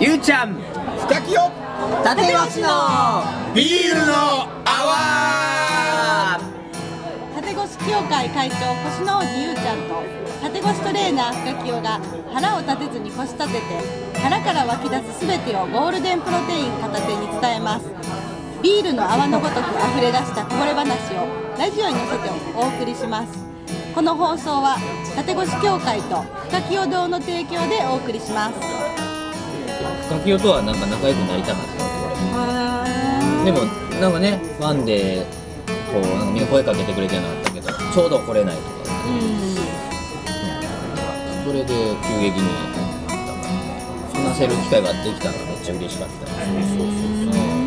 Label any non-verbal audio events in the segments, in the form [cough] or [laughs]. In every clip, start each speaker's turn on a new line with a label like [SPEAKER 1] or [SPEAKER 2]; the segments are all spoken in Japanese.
[SPEAKER 1] ゆうちゃん
[SPEAKER 2] 深きよ
[SPEAKER 3] 立て越しの
[SPEAKER 2] ビールの
[SPEAKER 1] あ
[SPEAKER 2] 泡
[SPEAKER 3] 立越協会会長星野王子ゆうちゃんと立越トレーナー深清が腹を立てずに腰立てて腹から湧き出す全てをゴールデンプロテイン片手に伝えますビールの泡のごとく溢れ出したこぼれ話をラジオに乗せてお送りしますこの放送は立越協会と深清堂の提供でお送りします
[SPEAKER 4] 深清とはなんか仲良くなりたかったでもなんかねファンでこうなんかみんな声かけてくれてるのあったけどちょうど来れないとか
[SPEAKER 3] うん
[SPEAKER 4] それで急激に話せる機会ができたのがめっちゃ嬉しかったうん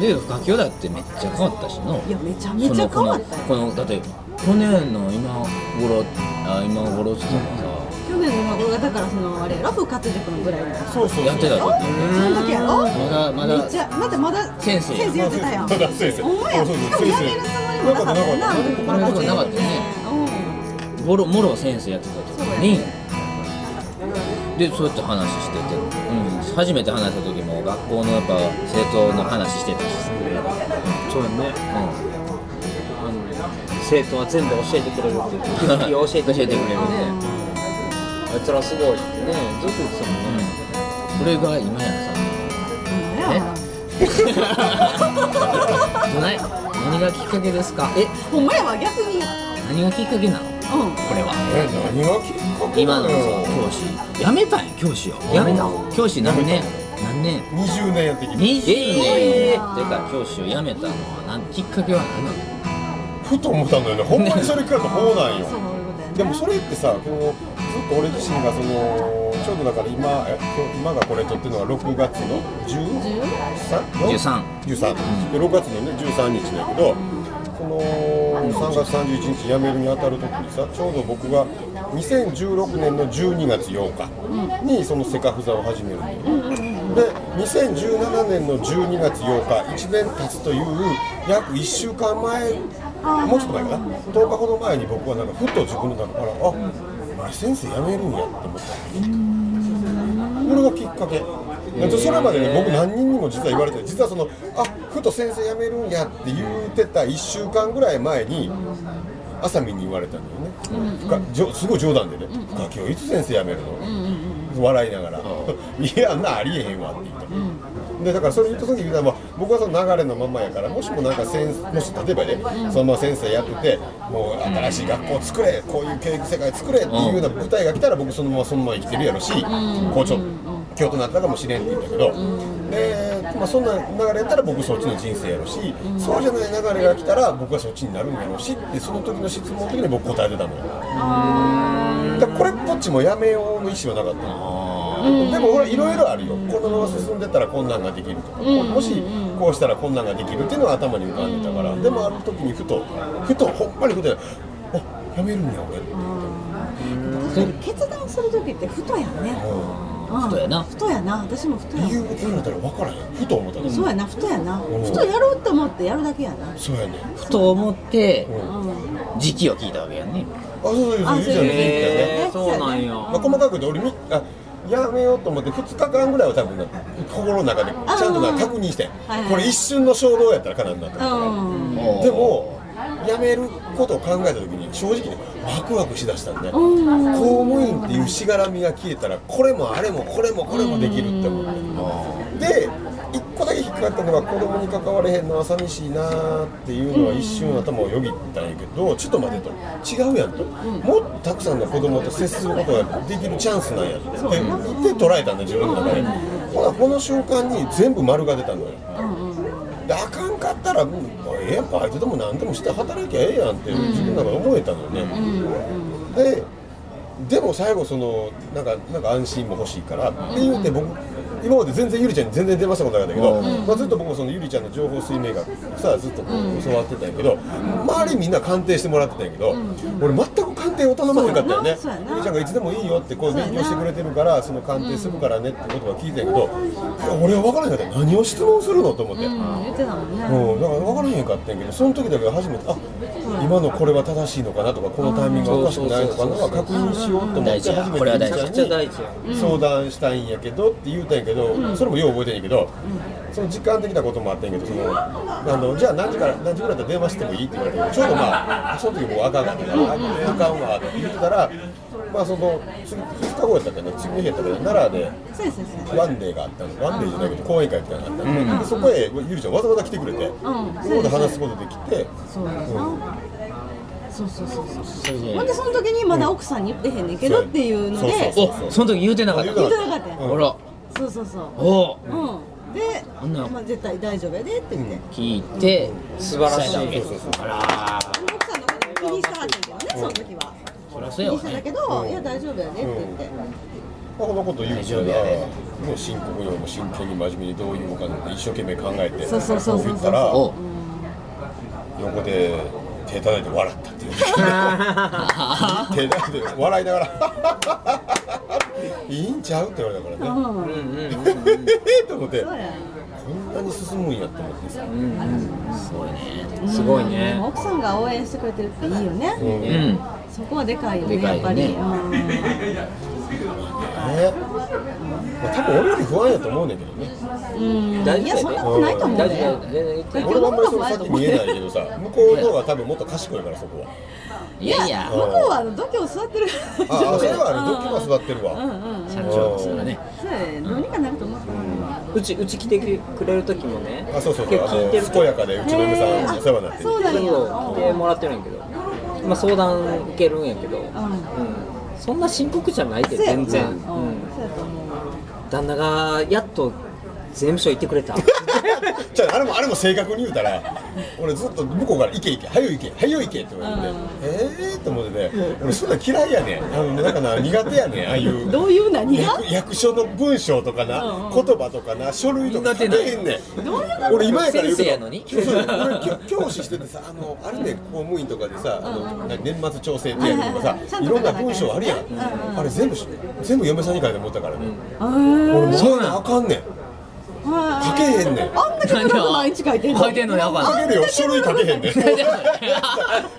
[SPEAKER 4] で深清だってめっちゃ変わったしの
[SPEAKER 3] いやめちゃめちゃ変わったよ
[SPEAKER 4] このこのだって去年の今頃あ今頃っつっても
[SPEAKER 3] 去年の今頃がだからそのあれラフ活塾のぐらいの
[SPEAKER 5] そうそ
[SPEAKER 4] さ
[SPEAKER 5] う
[SPEAKER 4] やってた時
[SPEAKER 3] その時やろ
[SPEAKER 4] まだま
[SPEAKER 3] め
[SPEAKER 4] だ
[SPEAKER 3] っちゃまだまだ
[SPEAKER 4] 先生
[SPEAKER 3] 先生やってたやん
[SPEAKER 5] ただ先生
[SPEAKER 3] ほんまや
[SPEAKER 5] そう
[SPEAKER 3] し
[SPEAKER 5] そう
[SPEAKER 3] かもやめるつもりもなかったよなあの時
[SPEAKER 4] なかったなかったよね
[SPEAKER 3] うん
[SPEAKER 4] ボロもろ先生やってた時にでそうやって話してて、うん、初めて話した時も学校のやっぱ生徒の話してたし、
[SPEAKER 1] そうだね
[SPEAKER 4] う
[SPEAKER 1] あの生徒は全部教えてくれるってい
[SPEAKER 4] ん、
[SPEAKER 1] う気づきを教えてく
[SPEAKER 4] 教
[SPEAKER 1] れる
[SPEAKER 4] えてね
[SPEAKER 1] あいつらすごいってねずっと言ってたもんね
[SPEAKER 4] うん、これが今やさ
[SPEAKER 3] なんや
[SPEAKER 4] どない何がきっかけですかえ
[SPEAKER 3] ほんまやわ逆にうん
[SPEAKER 4] 何がきっかけなのこれは
[SPEAKER 5] え何がきっかけ
[SPEAKER 4] 今
[SPEAKER 5] な
[SPEAKER 4] の
[SPEAKER 5] の
[SPEAKER 4] さ
[SPEAKER 5] よ
[SPEAKER 4] 教師やめたんや教師をやめたん教師何年何年
[SPEAKER 5] 20年やってき
[SPEAKER 4] 20
[SPEAKER 5] て
[SPEAKER 3] え
[SPEAKER 4] 年
[SPEAKER 3] え
[SPEAKER 4] ってか教師を辞めたのは何きっかけは何なの
[SPEAKER 5] ふと思ったんだよねほんまにそれ聞かれたらそうなんよ
[SPEAKER 3] そういうことやね
[SPEAKER 5] でもそれってさこのずっと俺自身がそのちょうどだから今え今日今がこれ撮ってるのは6月の 10?
[SPEAKER 4] 13
[SPEAKER 5] 13で6月のね13日だけどその3月31日辞めるにあたる時にさちょうど僕が2016年の12月8日にそのセカフザを始めるので2017年の12月8日1年経つという約1週間前もうちょっと前かな10日ほど前に僕はなんかふと自分の中からあ俺先生辞めるんやって思ったこれがきっかけ、それまでね僕何人にも実は言われてて実はそのあふと先生辞めるんやって言うてた1週間ぐらい前に朝見に言われたんだよね、深じょすごい冗談でね「ガキをいつ先生辞めるの笑いながら「 [laughs] いやあんなありえへんわ」って言った。でだからそれ言った時にまあ僕はその流れのままやからもしもなんか先もし例えばねそのまま先生やっててもう新しい学校作れこういう教育世界作れっていうような舞台が来たら僕そのままそのまま生きてるやろし校長教頭になったかもしれんって言ったけどで、まあ、そんな流れやったら僕そっちの人生やろしそうじゃない流れが来たら僕はそっちになるんやろしってその時の質問の時に僕答えてたのよ。だからこれっぽっちもやめようの意思はなかったの。でもほらいろいろあるよこのまま進んでったらこんなんができるとか、もしこうしたらこんなんができるっていうのは頭に浮かんでたから、でもある時にふとふとほんまにふとあやめるんや俺って、
[SPEAKER 3] 確かに決断する時ってふとやんねうん
[SPEAKER 4] ふとやな
[SPEAKER 3] ふとやな私もふとや
[SPEAKER 5] 理由
[SPEAKER 3] わ
[SPEAKER 5] を言われたら分からへんふと思ったの
[SPEAKER 3] そうやなふとやな
[SPEAKER 5] うん
[SPEAKER 3] ふとやろうと思ってやるだけやな
[SPEAKER 5] そうやね
[SPEAKER 4] ふと思って
[SPEAKER 5] うんあ
[SPEAKER 3] うん
[SPEAKER 4] 時期を聞いたわけやんね
[SPEAKER 5] そうそうそう
[SPEAKER 3] あ
[SPEAKER 5] 言うじ
[SPEAKER 3] そう
[SPEAKER 5] ゃん言うじゃんね
[SPEAKER 3] へ
[SPEAKER 1] え
[SPEAKER 3] ーそ
[SPEAKER 1] ー、そう
[SPEAKER 3] な
[SPEAKER 1] うなんん
[SPEAKER 5] まあ、
[SPEAKER 1] よ
[SPEAKER 5] 細かく言うと俺みあやめようと思って2日間ぐらいは多分な心の中でちゃんと
[SPEAKER 3] あー
[SPEAKER 5] な確認して、
[SPEAKER 3] はいはい
[SPEAKER 5] これ一瞬の衝動やったらかなんなと思ったから、
[SPEAKER 3] うん
[SPEAKER 5] でも辞めることを考えた時に正直ねワクワクしだしたんで公
[SPEAKER 3] ん
[SPEAKER 5] 務員っていうしがらみが消えたらこれもあれもこれもこれもできるって思ってで一個だけ引っかかったのが子供に関われへんのは寂しいなーっていうのは一瞬頭をよぎったんやけどちょっと待てと違うやんともっとたくさんの子供と接することができるチャンスなんやってで捉えたんだ自分の中でほらこの瞬間に全部丸が出たのよであかんかったら、うん、ええやんバイトでも何でもして働きゃええやんって自分の中で思えたのよね、ででも最後そのなんかなんか安心も欲しいからって言って僕今まで全然ゆりちゃんに全然電話したことなかったけど、まあ、ずっと僕もそのゆりちゃんの情報水明学さずっとこう教わってたんやけど、周りみんな鑑定してもらってたんやけど、俺全く鑑定を頼まへんかったよね
[SPEAKER 3] そうやなそうやな
[SPEAKER 5] ゆりちゃんがいつでもいいよってこう勉強してくれてるからその鑑定するからねってことは聞いてんやけど、いや俺は分からへんかった何を質問するのと思って。
[SPEAKER 3] うん言ってたもんね
[SPEAKER 5] うん、だから分からへんかったんやけどその時だけ初めてあ
[SPEAKER 3] そうや
[SPEAKER 5] 今のこれは正しいのかなとかこのタイミングはおかしくないのかなとか確認しようと思
[SPEAKER 4] 大
[SPEAKER 5] っ
[SPEAKER 4] 事
[SPEAKER 5] て
[SPEAKER 4] や
[SPEAKER 5] 初め
[SPEAKER 4] これは大
[SPEAKER 5] て
[SPEAKER 4] 事や
[SPEAKER 1] めっちゃ大事や
[SPEAKER 5] 相談したいんやけどって言うたんやけど、それもよう覚えてんやけど、その時間的なこともあったんやけどそのあのじゃあ何時から何時ぐらいだったら電話してもいいって言われてちょうどまあその時僕赤かったから「あかんわ」って言ってたらまあその次2日後やったっけど次の日やったっけど奈良で。
[SPEAKER 3] そうですそうです
[SPEAKER 5] ワンデーがあったのワンデーじゃないけど講演会みたいなのがあったの、でそこへゆりちゃんわざわざ来てくれて、そこで話すことできて
[SPEAKER 3] そうやな、そうそうそうそう
[SPEAKER 4] それで
[SPEAKER 3] ほんでその時にまだ奥さんに言ってへんねんけどっていうので、
[SPEAKER 5] そう
[SPEAKER 4] おその時言うてなかった
[SPEAKER 5] 言
[SPEAKER 3] 言
[SPEAKER 5] う
[SPEAKER 3] ってなかったやん
[SPEAKER 5] う
[SPEAKER 4] ほら
[SPEAKER 3] そうそうそう
[SPEAKER 4] お
[SPEAKER 3] うんで、
[SPEAKER 4] あんな
[SPEAKER 3] まあ、絶対大丈夫やでって言って、
[SPEAKER 4] 聞いて
[SPEAKER 1] 素晴らし
[SPEAKER 4] そう
[SPEAKER 1] い
[SPEAKER 4] そうそうあらー
[SPEAKER 3] 奥さんのことも気にしたはずやけどね、その時は
[SPEAKER 4] そりゃ
[SPEAKER 3] 気
[SPEAKER 4] そうや
[SPEAKER 3] に
[SPEAKER 4] わ
[SPEAKER 3] したんだ
[SPEAKER 4] [laughs] ね
[SPEAKER 3] けど、いや大丈夫やでって言って、
[SPEAKER 5] まあこのことを言うてた
[SPEAKER 4] 大丈
[SPEAKER 5] ら
[SPEAKER 4] 夫やで
[SPEAKER 5] もう深刻よもう真剣に真面目にどういうお金って一生懸命考えて
[SPEAKER 3] そうそうそうそう
[SPEAKER 5] 言ったら
[SPEAKER 4] お
[SPEAKER 5] 横で手叩いて笑っ
[SPEAKER 3] [laughs]
[SPEAKER 5] たっていう手叩いて笑いながら [laughs] いいんちゃうって言われたからね
[SPEAKER 3] うん
[SPEAKER 1] うんうんうん
[SPEAKER 5] えへへ [laughs] と思って
[SPEAKER 3] そうや
[SPEAKER 5] こんなに進むんやと思ってさ
[SPEAKER 4] すごいね
[SPEAKER 1] すごいね
[SPEAKER 3] うん奥さんが応援してくれてるっていいよね、
[SPEAKER 5] うん
[SPEAKER 4] う
[SPEAKER 5] ね
[SPEAKER 4] ん
[SPEAKER 3] そこはでかいよね
[SPEAKER 4] でかいよね
[SPEAKER 3] やっぱり
[SPEAKER 5] まあ多分俺より不安やと思うねんだけどね
[SPEAKER 3] うん、うん
[SPEAKER 1] 大
[SPEAKER 3] い
[SPEAKER 1] 丈夫やで
[SPEAKER 3] やそんなことないと思う
[SPEAKER 1] 大
[SPEAKER 3] ね
[SPEAKER 1] 丈夫全然言って
[SPEAKER 5] 俺はあんまりその先見えないけどさ向こうの方が多分もっと賢いからそこはい
[SPEAKER 4] やいや
[SPEAKER 3] 向こうはあの度胸座ってるから
[SPEAKER 5] ああそれはあれドッキリは育ってるわ
[SPEAKER 3] うんうんうん
[SPEAKER 4] 社長ですからね
[SPEAKER 3] そうやねどうにかなると思った
[SPEAKER 1] うちうち来てくれる時もね
[SPEAKER 5] あそうそうそう
[SPEAKER 1] 結構
[SPEAKER 5] あ
[SPEAKER 1] 聞い
[SPEAKER 5] の
[SPEAKER 1] てる
[SPEAKER 5] 健やかでうちの嫁
[SPEAKER 3] へ
[SPEAKER 5] さん
[SPEAKER 3] ー
[SPEAKER 5] お世話になってる
[SPEAKER 3] そうなんや
[SPEAKER 1] そう来てもらってるんやけどまあ相談受けるんやけど、うん、そんな深刻じゃないで
[SPEAKER 3] そうや
[SPEAKER 1] 全
[SPEAKER 3] う
[SPEAKER 1] 然、
[SPEAKER 3] ん
[SPEAKER 1] うん
[SPEAKER 3] そうやと思う
[SPEAKER 1] 旦那がやっと税務署行ってくれた
[SPEAKER 5] じゃああれもあれも正確に言うたら俺ずっと向こうから「行け行け早よ行け早よ行け」って言われて「ええー」と思ってて俺そんなん嫌いやねんあのなんかな苦手やねんああいう
[SPEAKER 3] どういう何が
[SPEAKER 5] 役役所の文章とかな、言葉とかな書類とか書けへんねん俺今やから言う
[SPEAKER 4] 先生
[SPEAKER 5] けど
[SPEAKER 4] やのに
[SPEAKER 5] そうそう俺きょ教師しててさあのあれね公務員とかでさあのな年末調整ってやるとか
[SPEAKER 3] はいはいはいち
[SPEAKER 5] さ
[SPEAKER 3] ゃん
[SPEAKER 5] い
[SPEAKER 3] と
[SPEAKER 5] ろんな文章あるやん、
[SPEAKER 3] うん
[SPEAKER 5] あれ全部全部嫁さんに書いて持ったからね、
[SPEAKER 3] あー
[SPEAKER 5] 俺もうあかんねん書
[SPEAKER 3] は
[SPEAKER 5] けへんねん
[SPEAKER 3] ああんだけブログ毎日書いてる
[SPEAKER 4] 書いてんのにあかん
[SPEAKER 5] 書
[SPEAKER 4] の
[SPEAKER 5] けるよ書類書け
[SPEAKER 3] [laughs]
[SPEAKER 5] へんねん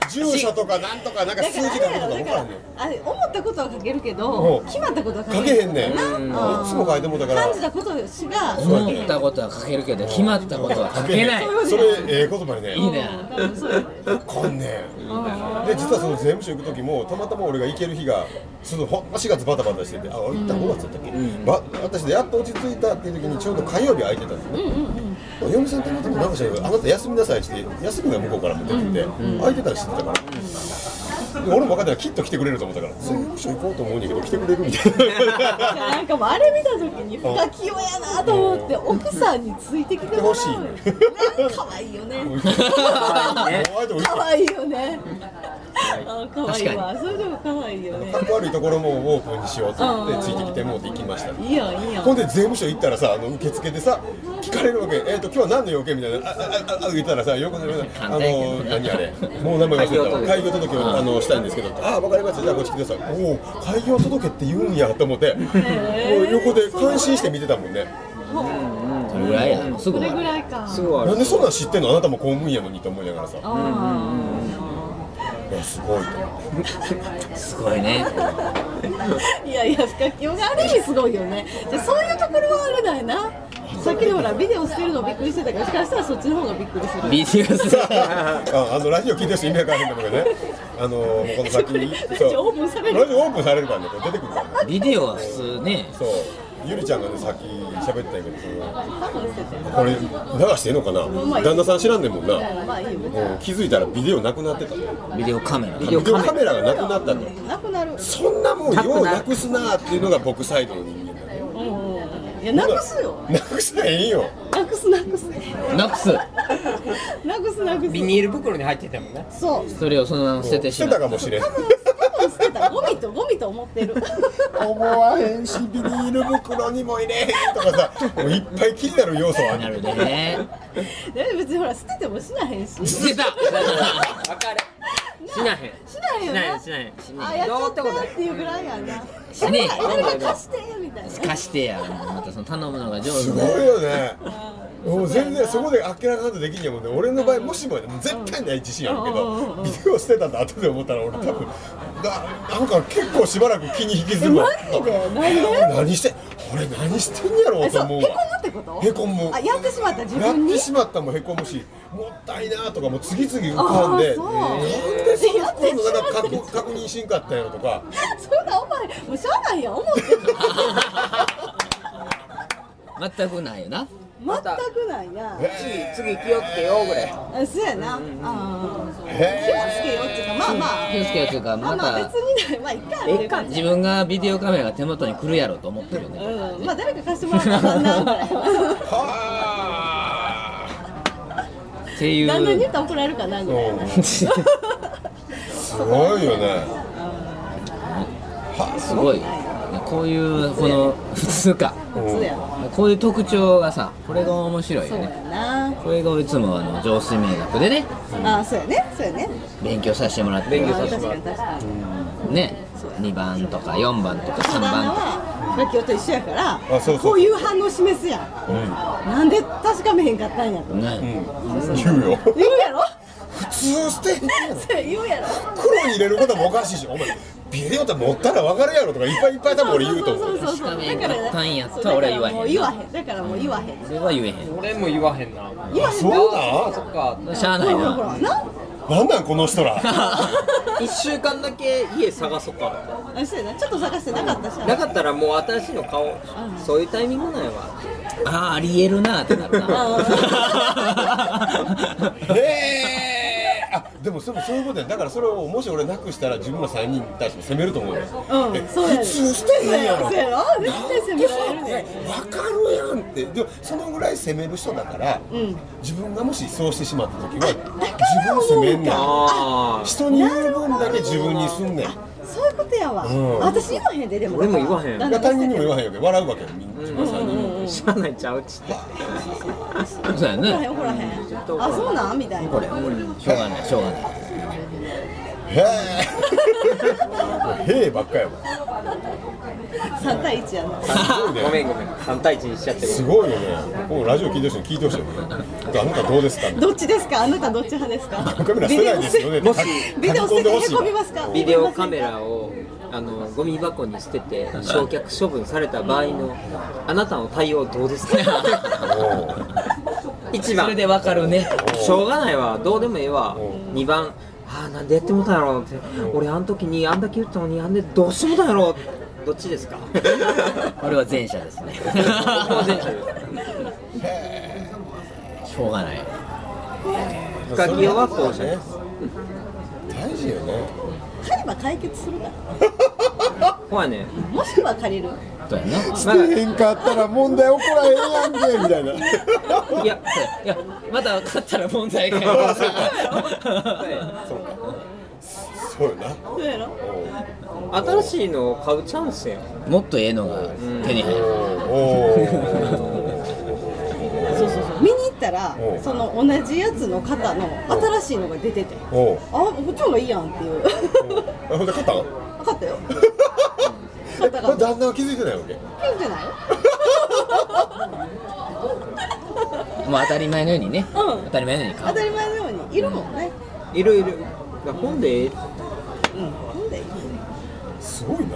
[SPEAKER 5] 住所
[SPEAKER 4] し
[SPEAKER 5] とかなんとかなん
[SPEAKER 3] だか
[SPEAKER 5] か数字
[SPEAKER 3] ら
[SPEAKER 5] 書
[SPEAKER 3] あ
[SPEAKER 5] く
[SPEAKER 3] れ
[SPEAKER 5] と
[SPEAKER 3] やろだからら
[SPEAKER 5] か分かんねん
[SPEAKER 3] あれ思ったことは書けるけ
[SPEAKER 5] う
[SPEAKER 3] ど
[SPEAKER 5] ん
[SPEAKER 3] 決まったことは
[SPEAKER 5] 書
[SPEAKER 3] 書
[SPEAKER 5] け
[SPEAKER 3] け
[SPEAKER 5] へ
[SPEAKER 3] へ
[SPEAKER 5] ん
[SPEAKER 3] ん
[SPEAKER 5] ねんい
[SPEAKER 3] あー
[SPEAKER 5] つも書いてもったから
[SPEAKER 3] 感じたことしか
[SPEAKER 5] うやね
[SPEAKER 4] 思ったことは書けるけど決まったことは書けない
[SPEAKER 5] それええ言葉にね
[SPEAKER 4] いいね
[SPEAKER 3] 多分そうや
[SPEAKER 5] こんねんで実はその税務署行く時もたまたま俺が行ける日がそのほんま4月バタバタしててあ行った5月だったっけ、ば私でやっと落ち着いたっていう時にちょうど火曜日空いてたんですね、嫁さんたまたまなんかしらんけどあなた休みなさいって言って休みが向こうからも出てきて、空いてたりしてたから、で俺も分かってたらきっと来てくれると思ったから税務署行こうと思うんだけど来てくれるみた [laughs] いな
[SPEAKER 3] なんかもうあれ見た時に不可器用やなと思って奥さんについてきてもらう
[SPEAKER 5] 来
[SPEAKER 3] ね
[SPEAKER 5] て
[SPEAKER 3] [laughs] 可愛いよね
[SPEAKER 5] お前とも行け
[SPEAKER 3] 可愛いよねあー可愛いわそれでも可愛いよね
[SPEAKER 5] かっこ悪いところもオープンにしようと思ってついてきてもうて行きました
[SPEAKER 3] いいやんいいやん
[SPEAKER 5] ほんで税務署行ったらさあの受付でさ聞かれるわけ「えっ、と今日は何の要件?」みたいなああああ言ったらさよくあ
[SPEAKER 4] 簡
[SPEAKER 5] の
[SPEAKER 4] 単やけど
[SPEAKER 5] 何あれもう名前忘れたわ開
[SPEAKER 1] 開
[SPEAKER 5] 業届をあのしたいんですけど「ああ分かりましたじゃあこっち来てください」おお開業届って言うんやと思ってもう横で感心して見てたもんね
[SPEAKER 4] それぐらいやすぐ終
[SPEAKER 3] それ
[SPEAKER 4] わ
[SPEAKER 3] ぐ
[SPEAKER 4] る
[SPEAKER 3] らいか
[SPEAKER 1] すごい
[SPEAKER 5] なんでそんなん知ってんのあなたも公務員やのにと思いながらさ「
[SPEAKER 3] あ
[SPEAKER 5] いやすごい」と
[SPEAKER 4] すごいね
[SPEAKER 3] ーいやいや不可器用がある意味すごいよねじゃあそういうところはあるだよなさっきのほらビデオしてるのびっくりしてたけどしかしたらそっちの方がびっくりする
[SPEAKER 4] BTS
[SPEAKER 5] [laughs] ああのラジオ聞いてる人意味わからへんと思うけどねあのもうこの先に
[SPEAKER 3] ラジ
[SPEAKER 5] そ
[SPEAKER 3] オ
[SPEAKER 5] う
[SPEAKER 3] オープンされる
[SPEAKER 5] ラジオオープンされるからねこれ出てくるからね
[SPEAKER 4] ビデオは普通ね
[SPEAKER 5] そうゆりちゃんがねさっき喋ったんやけどその
[SPEAKER 3] 多分してたよ
[SPEAKER 5] これ流してんの
[SPEAKER 3] ま
[SPEAKER 5] かな
[SPEAKER 3] あ
[SPEAKER 5] 旦那さん知らんねんもんな
[SPEAKER 3] まあいいよ別に
[SPEAKER 5] うん気づいたらビデオなくなってたビ
[SPEAKER 4] ビデオカメラ
[SPEAKER 5] デオカメラがなくなったの
[SPEAKER 3] なくなる
[SPEAKER 5] そんなもんようなくすなっていうのが僕サイドの人間だね
[SPEAKER 3] うんうんいやなくすよ
[SPEAKER 5] なくしたらええよ
[SPEAKER 3] なくすなくす
[SPEAKER 4] なくす
[SPEAKER 3] なくすなくす
[SPEAKER 1] ビニール袋に入ってたもんね
[SPEAKER 3] そう
[SPEAKER 4] それをそのまま捨てて
[SPEAKER 5] し
[SPEAKER 4] してま
[SPEAKER 5] た
[SPEAKER 4] う
[SPEAKER 5] かもしれん
[SPEAKER 3] 多分捨てたゴミとゴミと思ってる
[SPEAKER 5] 思わへんしビニール袋にも入れへんとかさもういっぱい気になる要素はあ
[SPEAKER 4] な
[SPEAKER 5] る
[SPEAKER 4] るね
[SPEAKER 3] だって別にほら捨ててもしなへんしし
[SPEAKER 4] 捨てた
[SPEAKER 1] わかるしなへん
[SPEAKER 3] ないよ
[SPEAKER 1] しない
[SPEAKER 3] な
[SPEAKER 1] しないし
[SPEAKER 3] あ
[SPEAKER 1] ない
[SPEAKER 3] やっち
[SPEAKER 1] ど
[SPEAKER 3] ゃ
[SPEAKER 1] う
[SPEAKER 3] っ
[SPEAKER 1] ってことな
[SPEAKER 3] た
[SPEAKER 1] い
[SPEAKER 3] っていうぐらいやな
[SPEAKER 4] しねえ
[SPEAKER 3] 誰か貸してみたいな
[SPEAKER 4] 貸してやまたその頼むのが上
[SPEAKER 5] す
[SPEAKER 4] 手
[SPEAKER 5] ごいよねもう全然そこであっけらかんとできんやもんね俺の場合もしもやね絶対ない自信あるけどビデオ捨てたって後で思ったら俺多分ななんか結構しばらく気に引きずるわ
[SPEAKER 3] えマジでなんで
[SPEAKER 5] 俺何して俺何してんやろ
[SPEAKER 3] え
[SPEAKER 5] うと
[SPEAKER 3] そうへ
[SPEAKER 5] 思
[SPEAKER 3] こ
[SPEAKER 5] う
[SPEAKER 3] む
[SPEAKER 5] わ
[SPEAKER 3] ってこと
[SPEAKER 5] へこむ
[SPEAKER 3] あやってしまった自
[SPEAKER 5] や
[SPEAKER 3] 分
[SPEAKER 5] っ
[SPEAKER 3] に
[SPEAKER 5] てしまったもへこむしもったいなとかもう次々浮かん
[SPEAKER 3] あ
[SPEAKER 5] で
[SPEAKER 3] ーそう
[SPEAKER 5] なんでそんなことだから確確認しんかったんやろとか
[SPEAKER 3] そんなお前もうしゃあないやん思ってんの
[SPEAKER 4] 全くないよな
[SPEAKER 3] 全くないな
[SPEAKER 1] 次気をつけようぐらい
[SPEAKER 3] あそうやな、うん、気をつ
[SPEAKER 5] へ
[SPEAKER 3] けよっていうかまあまあ
[SPEAKER 4] 気をつけよというか
[SPEAKER 3] ま
[SPEAKER 4] ま
[SPEAKER 3] あまあ
[SPEAKER 4] た
[SPEAKER 3] 別にないまあいっかっていう感じ
[SPEAKER 4] 自分がビデオカメラが手元に来るやろうと思ってるよね
[SPEAKER 3] うんまあ誰か貸してもらったらなんなん
[SPEAKER 5] [laughs]
[SPEAKER 3] だよ
[SPEAKER 5] はあ
[SPEAKER 4] っていう
[SPEAKER 3] 何で
[SPEAKER 4] [laughs]
[SPEAKER 3] 言ったら怒られるかなぐらいな
[SPEAKER 5] うんすごいよね
[SPEAKER 4] すごいよこういうこの普通か
[SPEAKER 3] そうやな
[SPEAKER 4] こういう特徴がさこれが面白いよ
[SPEAKER 3] そうや
[SPEAKER 4] ね
[SPEAKER 3] な
[SPEAKER 4] これがいつもあの上水名学でね
[SPEAKER 3] あそうやねそうやね
[SPEAKER 4] 勉強させてもらって
[SPEAKER 1] 勉強
[SPEAKER 3] あ
[SPEAKER 1] させ
[SPEAKER 3] 確
[SPEAKER 1] ても
[SPEAKER 3] から
[SPEAKER 1] っ
[SPEAKER 3] に
[SPEAKER 1] て
[SPEAKER 3] 確かに
[SPEAKER 4] ね2番とか4番とか
[SPEAKER 3] そ
[SPEAKER 4] 3
[SPEAKER 3] う旦那
[SPEAKER 4] 番とか
[SPEAKER 3] は楽器と一緒やから
[SPEAKER 5] そうそう
[SPEAKER 3] こういう反応示すやんなんで確かめへんかったんやと
[SPEAKER 4] ね
[SPEAKER 5] 言うよ
[SPEAKER 3] 言うやろ
[SPEAKER 5] 普通捨て
[SPEAKER 3] それ言うやろ
[SPEAKER 5] 袋に入れることもおかしいしお前ビデオって持ったら分かるやろとかいっぱいいっぱい多分俺言うと思う
[SPEAKER 3] そうそうそう
[SPEAKER 4] 確か
[SPEAKER 3] そう
[SPEAKER 4] め
[SPEAKER 3] だ
[SPEAKER 4] へん
[SPEAKER 3] から
[SPEAKER 4] かったんやったら俺は言わへんな
[SPEAKER 3] そうだからもう言わへんだからもう言わへん
[SPEAKER 4] それは言えへん
[SPEAKER 1] 俺も言わへんな
[SPEAKER 3] 言わへん
[SPEAKER 5] そう
[SPEAKER 1] あそ
[SPEAKER 5] な
[SPEAKER 1] っか
[SPEAKER 4] しゃあない
[SPEAKER 3] ほらほ
[SPEAKER 4] な [laughs]
[SPEAKER 3] らな
[SPEAKER 5] のなんなんこの人 [laughs] ら
[SPEAKER 1] 1週間だけ家探そうか
[SPEAKER 3] あそうやなちょっと探してなかったし
[SPEAKER 1] なかったらもう新しいの買おうそういうタイミングなんやわ
[SPEAKER 4] ああありえるなってなるな
[SPEAKER 5] へえあでもそれもそういうことやだからそれをもし俺なくしたら自分ら3人に対しても責めると思うよ
[SPEAKER 3] うんそうや
[SPEAKER 5] 普通してへんやろ
[SPEAKER 3] そうやろ絶
[SPEAKER 5] [laughs]
[SPEAKER 3] 対責められるね
[SPEAKER 5] 分かるやんってでもそのぐらい責める人だから、
[SPEAKER 3] ん
[SPEAKER 5] 自分がもしそうしてしまった時は
[SPEAKER 3] から
[SPEAKER 5] 自分を責めんねん
[SPEAKER 1] あ
[SPEAKER 5] 人に言う分だけ自分にすんねん
[SPEAKER 3] そういうことやわ、
[SPEAKER 5] ん
[SPEAKER 3] 私言わへんででも
[SPEAKER 1] 俺も言わへん
[SPEAKER 3] 旦那が
[SPEAKER 5] 他人にも言わへんよけど笑うわけよみんな自分3人も
[SPEAKER 1] あ知らないちゃうっつって
[SPEAKER 4] [laughs] そうや
[SPEAKER 3] 怒らへ
[SPEAKER 4] ね
[SPEAKER 3] ん怒らへんあそうなんみたいな
[SPEAKER 4] これしょうがないしょうがない
[SPEAKER 5] へえへえばっかやもん
[SPEAKER 3] 3対1やな
[SPEAKER 5] すごい
[SPEAKER 1] ごめ
[SPEAKER 5] ね
[SPEAKER 1] んごめん3対1にしちゃってる
[SPEAKER 5] すごいよねもうラジオ聞いてる人に聞いてほしいよねあなたどうですかみたい
[SPEAKER 3] どっちですかあなたどっち派ですか
[SPEAKER 5] なカメラ捨てないですよね
[SPEAKER 1] もし
[SPEAKER 3] ビデオ捨ててへこみ
[SPEAKER 5] わ
[SPEAKER 3] ますか
[SPEAKER 1] ビデオカメラをあのゴミ箱に捨てて焼却処分された場合のあなたの対応どうで
[SPEAKER 4] [laughs]
[SPEAKER 1] すか
[SPEAKER 5] おう
[SPEAKER 1] 1
[SPEAKER 4] それ
[SPEAKER 1] 番
[SPEAKER 4] でわかるね
[SPEAKER 1] しょうがないわどうでもええわ
[SPEAKER 5] うん
[SPEAKER 1] 2番ああなんでやってもうたんやろうって俺あの時にあんだけ言ったのにあんでどうしてもうたんやろうどっちです
[SPEAKER 4] [laughs]
[SPEAKER 1] か
[SPEAKER 4] 俺は前者ですね
[SPEAKER 1] 僕も前者です
[SPEAKER 4] [laughs] しょうがない
[SPEAKER 1] [laughs] 深清は後者です
[SPEAKER 5] 大事よね
[SPEAKER 3] 借りば解決するから
[SPEAKER 1] ほやね
[SPEAKER 3] もしくは借りる
[SPEAKER 4] そうやな
[SPEAKER 1] まだ
[SPEAKER 5] へんかったら問題起こらへんやんけみたいない
[SPEAKER 1] や
[SPEAKER 4] いやまだ勝ったら問題
[SPEAKER 1] [laughs]
[SPEAKER 4] が
[SPEAKER 5] そうかそうよな
[SPEAKER 3] そうやろ
[SPEAKER 5] おう
[SPEAKER 1] 新しいのを買うチャンスやん
[SPEAKER 4] もっとええのが手に入る、
[SPEAKER 3] そうそうそう見に行ったら
[SPEAKER 5] うん
[SPEAKER 3] その同じやつの方の新しいのが出てて
[SPEAKER 5] おうおう
[SPEAKER 3] あこっちの方がいいやんっていう
[SPEAKER 5] あほんで勝ったの
[SPEAKER 3] 分かったよ
[SPEAKER 5] え
[SPEAKER 3] 肩が
[SPEAKER 5] これ旦那は気づいてないわけ
[SPEAKER 3] いいんじゃない
[SPEAKER 4] もう当たり前のようにね、
[SPEAKER 3] うん
[SPEAKER 4] 当たり前のように買
[SPEAKER 3] 当
[SPEAKER 4] う
[SPEAKER 3] たり前のようにいるもんね
[SPEAKER 1] いろいろ本でええ
[SPEAKER 3] うんほんでいい
[SPEAKER 5] すごいな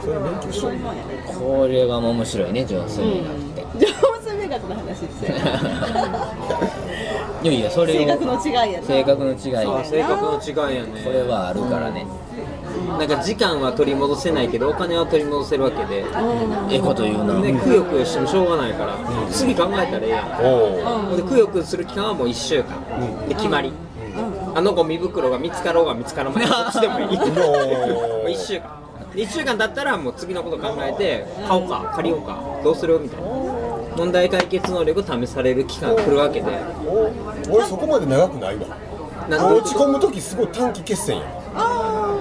[SPEAKER 5] それ勉強し
[SPEAKER 3] そう
[SPEAKER 5] よ
[SPEAKER 3] いうもんや
[SPEAKER 4] これはもう面白いね上水
[SPEAKER 3] う
[SPEAKER 4] になっ
[SPEAKER 3] ん
[SPEAKER 4] て、
[SPEAKER 3] 上手美学の話し
[SPEAKER 4] [laughs]
[SPEAKER 3] て
[SPEAKER 4] いやいやそれを
[SPEAKER 3] 性格の違いやな
[SPEAKER 4] 性格の違い
[SPEAKER 1] あ
[SPEAKER 4] こ
[SPEAKER 1] 性格の違いやね
[SPEAKER 4] れはあるからね、
[SPEAKER 1] なんか時間は取り戻せないけどお金は取り戻せるわけで、
[SPEAKER 4] ええこと言うな、
[SPEAKER 1] ね、くよくよしてもしょうがないから、次考えたらええやん
[SPEAKER 5] うお
[SPEAKER 1] ほんでくよくよする期間はもう1週間、で決まり、あのゴミ袋が見つかろうが見つからないどっちでもいいもう1週間1週間だったらもう次のこと考えて買おうか借りようかどうするみたいな問題解決能力試される期間が来るわけで
[SPEAKER 5] おう俺そこまで長くないわ
[SPEAKER 1] なんで
[SPEAKER 5] 落ち込む時すごい短期決戦や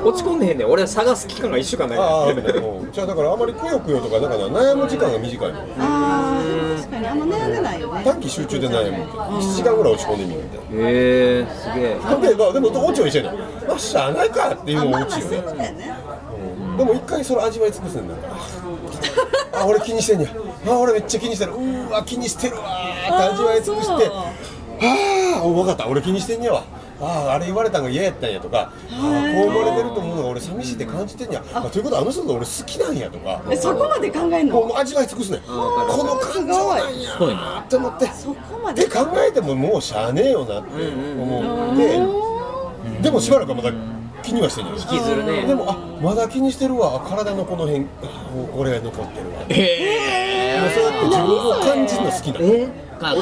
[SPEAKER 1] 落ち込んでへんねん俺は探す期間が1週間だか
[SPEAKER 5] ああみたいな
[SPEAKER 1] ら
[SPEAKER 5] おうじゃあだからあまりくよくよとかだから悩む時間が短いの
[SPEAKER 3] あー確かにあんま悩んでないよね
[SPEAKER 5] 短期集中で悩むみたいな7時間ぐらい落ち込んでみるみたいな
[SPEAKER 1] へえー、すげえ
[SPEAKER 5] なんでまあでも落ちは一緒やねんまあしゃあないかっていう
[SPEAKER 3] あ
[SPEAKER 5] の
[SPEAKER 3] まあ
[SPEAKER 5] が
[SPEAKER 3] ま
[SPEAKER 5] 落
[SPEAKER 3] あ
[SPEAKER 5] ちよ
[SPEAKER 3] そうい
[SPEAKER 5] ね
[SPEAKER 3] うことやね
[SPEAKER 5] でも一回それ味わい尽くすんだからあ俺気にしてんねやあ俺めっちゃ気にしてるうーわ気にしてるわーって味わい尽くして
[SPEAKER 3] あ
[SPEAKER 5] ああ分かった俺気にしてんねやわあああれ言われたんが嫌やったんやとかああこう思われてると思うのが俺寂しいって感じてんねやあということはあの人が俺好きなんやとか
[SPEAKER 3] えそこまで考えん
[SPEAKER 5] も
[SPEAKER 3] の
[SPEAKER 5] う味わい尽くすねんこ
[SPEAKER 1] わかる
[SPEAKER 5] の感情なんや
[SPEAKER 4] すごいな。
[SPEAKER 5] って思ってっ
[SPEAKER 3] そこまで
[SPEAKER 5] て考えてももうしゃあねえよなって思ってでもしばらくはまだ気にはしてんね
[SPEAKER 1] 引きずる
[SPEAKER 5] やで
[SPEAKER 1] ね
[SPEAKER 5] もあまだ気にしてるわあ体のこの辺あもうこれが残ってるわ
[SPEAKER 4] え
[SPEAKER 5] もうそうやって自分を感じるの好きなの
[SPEAKER 4] えか、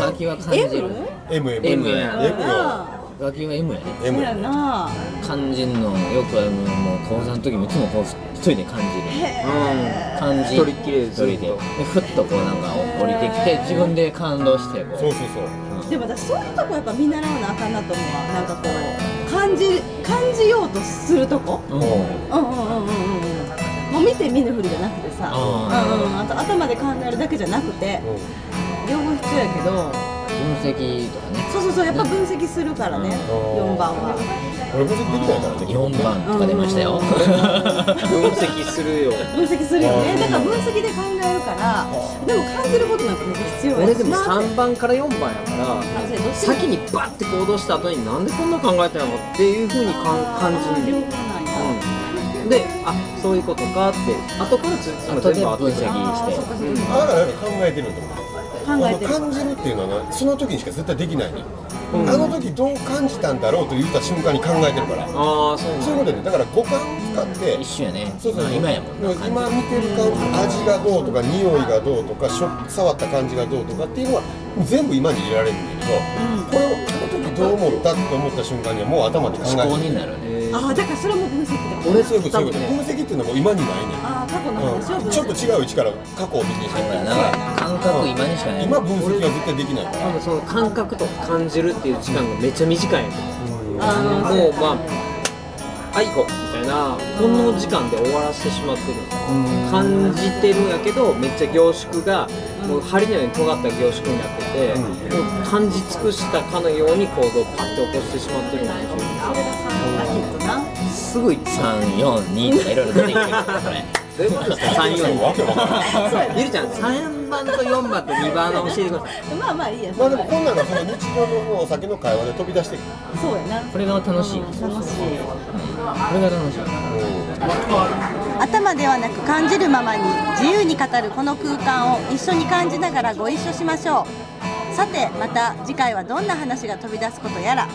[SPEAKER 4] ガキは感じる。
[SPEAKER 5] M M
[SPEAKER 4] M や
[SPEAKER 5] M よ
[SPEAKER 3] あ
[SPEAKER 4] ガキは M やね。
[SPEAKER 3] あ
[SPEAKER 5] M
[SPEAKER 3] そうや
[SPEAKER 5] よ
[SPEAKER 3] な
[SPEAKER 4] 感じるのよくはもう講座の時もいつもこう一人で感じる。
[SPEAKER 1] う
[SPEAKER 4] 感じ
[SPEAKER 1] 一人っきりで
[SPEAKER 4] 一
[SPEAKER 1] ず
[SPEAKER 4] 人
[SPEAKER 1] っ
[SPEAKER 4] で
[SPEAKER 1] と
[SPEAKER 4] でふっとこうなんか降りてきて自分で感動してこう
[SPEAKER 5] そうそうそう
[SPEAKER 3] でも私そういうとこやっぱ見習わなあかんなと思うわなんかこう感じ感じようとするとこ
[SPEAKER 4] うん
[SPEAKER 3] うんうんうんうんうんもう見て見ぬふりじゃなくてさ
[SPEAKER 4] あー
[SPEAKER 3] うんうんうんあと頭で考えるだけじゃなくて
[SPEAKER 5] うん
[SPEAKER 3] 両方必要やけど
[SPEAKER 4] 分析とかね
[SPEAKER 3] そうそうそうやっぱ分析するからね
[SPEAKER 5] うん
[SPEAKER 3] 4番は
[SPEAKER 5] 俺分析できないからね
[SPEAKER 4] 4番とか出ましたよ
[SPEAKER 1] ん分析するよ
[SPEAKER 3] 分析するよ
[SPEAKER 5] う
[SPEAKER 3] ね
[SPEAKER 5] ん
[SPEAKER 3] だから分析で考えるからでも感じることなんかめっちゃ必要や
[SPEAKER 1] 俺でも
[SPEAKER 3] な
[SPEAKER 1] 3番から4番やから
[SPEAKER 3] あそうやどっちも
[SPEAKER 1] 先にバッて行動した後になんでこんな考えたのっていう風にかん感じる
[SPEAKER 3] 両
[SPEAKER 1] の
[SPEAKER 3] 方なんや
[SPEAKER 1] うんであそういうことかって後からつその
[SPEAKER 4] 後で
[SPEAKER 1] 全部後
[SPEAKER 4] 分析
[SPEAKER 1] で
[SPEAKER 3] あーそ
[SPEAKER 4] し
[SPEAKER 3] うか
[SPEAKER 4] て
[SPEAKER 3] そうか
[SPEAKER 5] あらなんか考えてるんだもん
[SPEAKER 3] 考えてる
[SPEAKER 5] あの感じるっていうのはなその時にしか絶対できないね、あの時どう感じたんだろうと言った瞬間に考えてるから、
[SPEAKER 1] ああそうなん
[SPEAKER 5] そういうことやねだから五感使って
[SPEAKER 4] 一緒やね
[SPEAKER 5] そうそう
[SPEAKER 4] まあ今やもんな感
[SPEAKER 5] 今見てる感じ味がどうとか匂いがどうとか食触った感じがどうとかっていうのは全部今に入れられるんだけど、これをあの時どう思ったって思った瞬間にはもう頭で考
[SPEAKER 4] じ思考
[SPEAKER 5] えて
[SPEAKER 4] に
[SPEAKER 5] る
[SPEAKER 4] なるね
[SPEAKER 1] えー
[SPEAKER 3] ああだからそれも分析だ
[SPEAKER 1] 俺
[SPEAKER 5] そういうことそういうこと
[SPEAKER 1] 多分
[SPEAKER 5] 分
[SPEAKER 1] ね
[SPEAKER 5] 析っていうのはもう今にないね
[SPEAKER 3] ああ過去の
[SPEAKER 5] うん
[SPEAKER 3] 話を分析
[SPEAKER 5] ちょっと違う位置から過去を見てしま
[SPEAKER 4] だから
[SPEAKER 5] う
[SPEAKER 4] なんか感覚今にしかない
[SPEAKER 5] 今分析は絶対できないから
[SPEAKER 1] 多分その感覚とか感じるっていう時間がめっちゃ短いの
[SPEAKER 3] あの
[SPEAKER 1] もうまあはいこうみたいなこの時間で終わらせてしまってる感じてるんやけどめっちゃ凝縮がもう針のように尖った凝縮になってて、もう感じ尽くしたかのように行動をパッて起こしてしまってるんで
[SPEAKER 4] すぐ342とかいろいろ出てきてるからこれ
[SPEAKER 1] どういうことですか3 4
[SPEAKER 5] わけわからない
[SPEAKER 1] ゆりちゃん3番と4番と2番の教えてください
[SPEAKER 3] まあまあいいや
[SPEAKER 5] まあでもこんなのその日常のお酒の会話で飛び出してくる、
[SPEAKER 3] そうやな
[SPEAKER 4] これが楽しいこ
[SPEAKER 3] 楽しい
[SPEAKER 4] れが楽しい
[SPEAKER 3] 頭ではなく感じるままに自由に語るこの空間を一緒に感じながらご一緒しましょうさてまた次回はどんな話が飛び出すことやら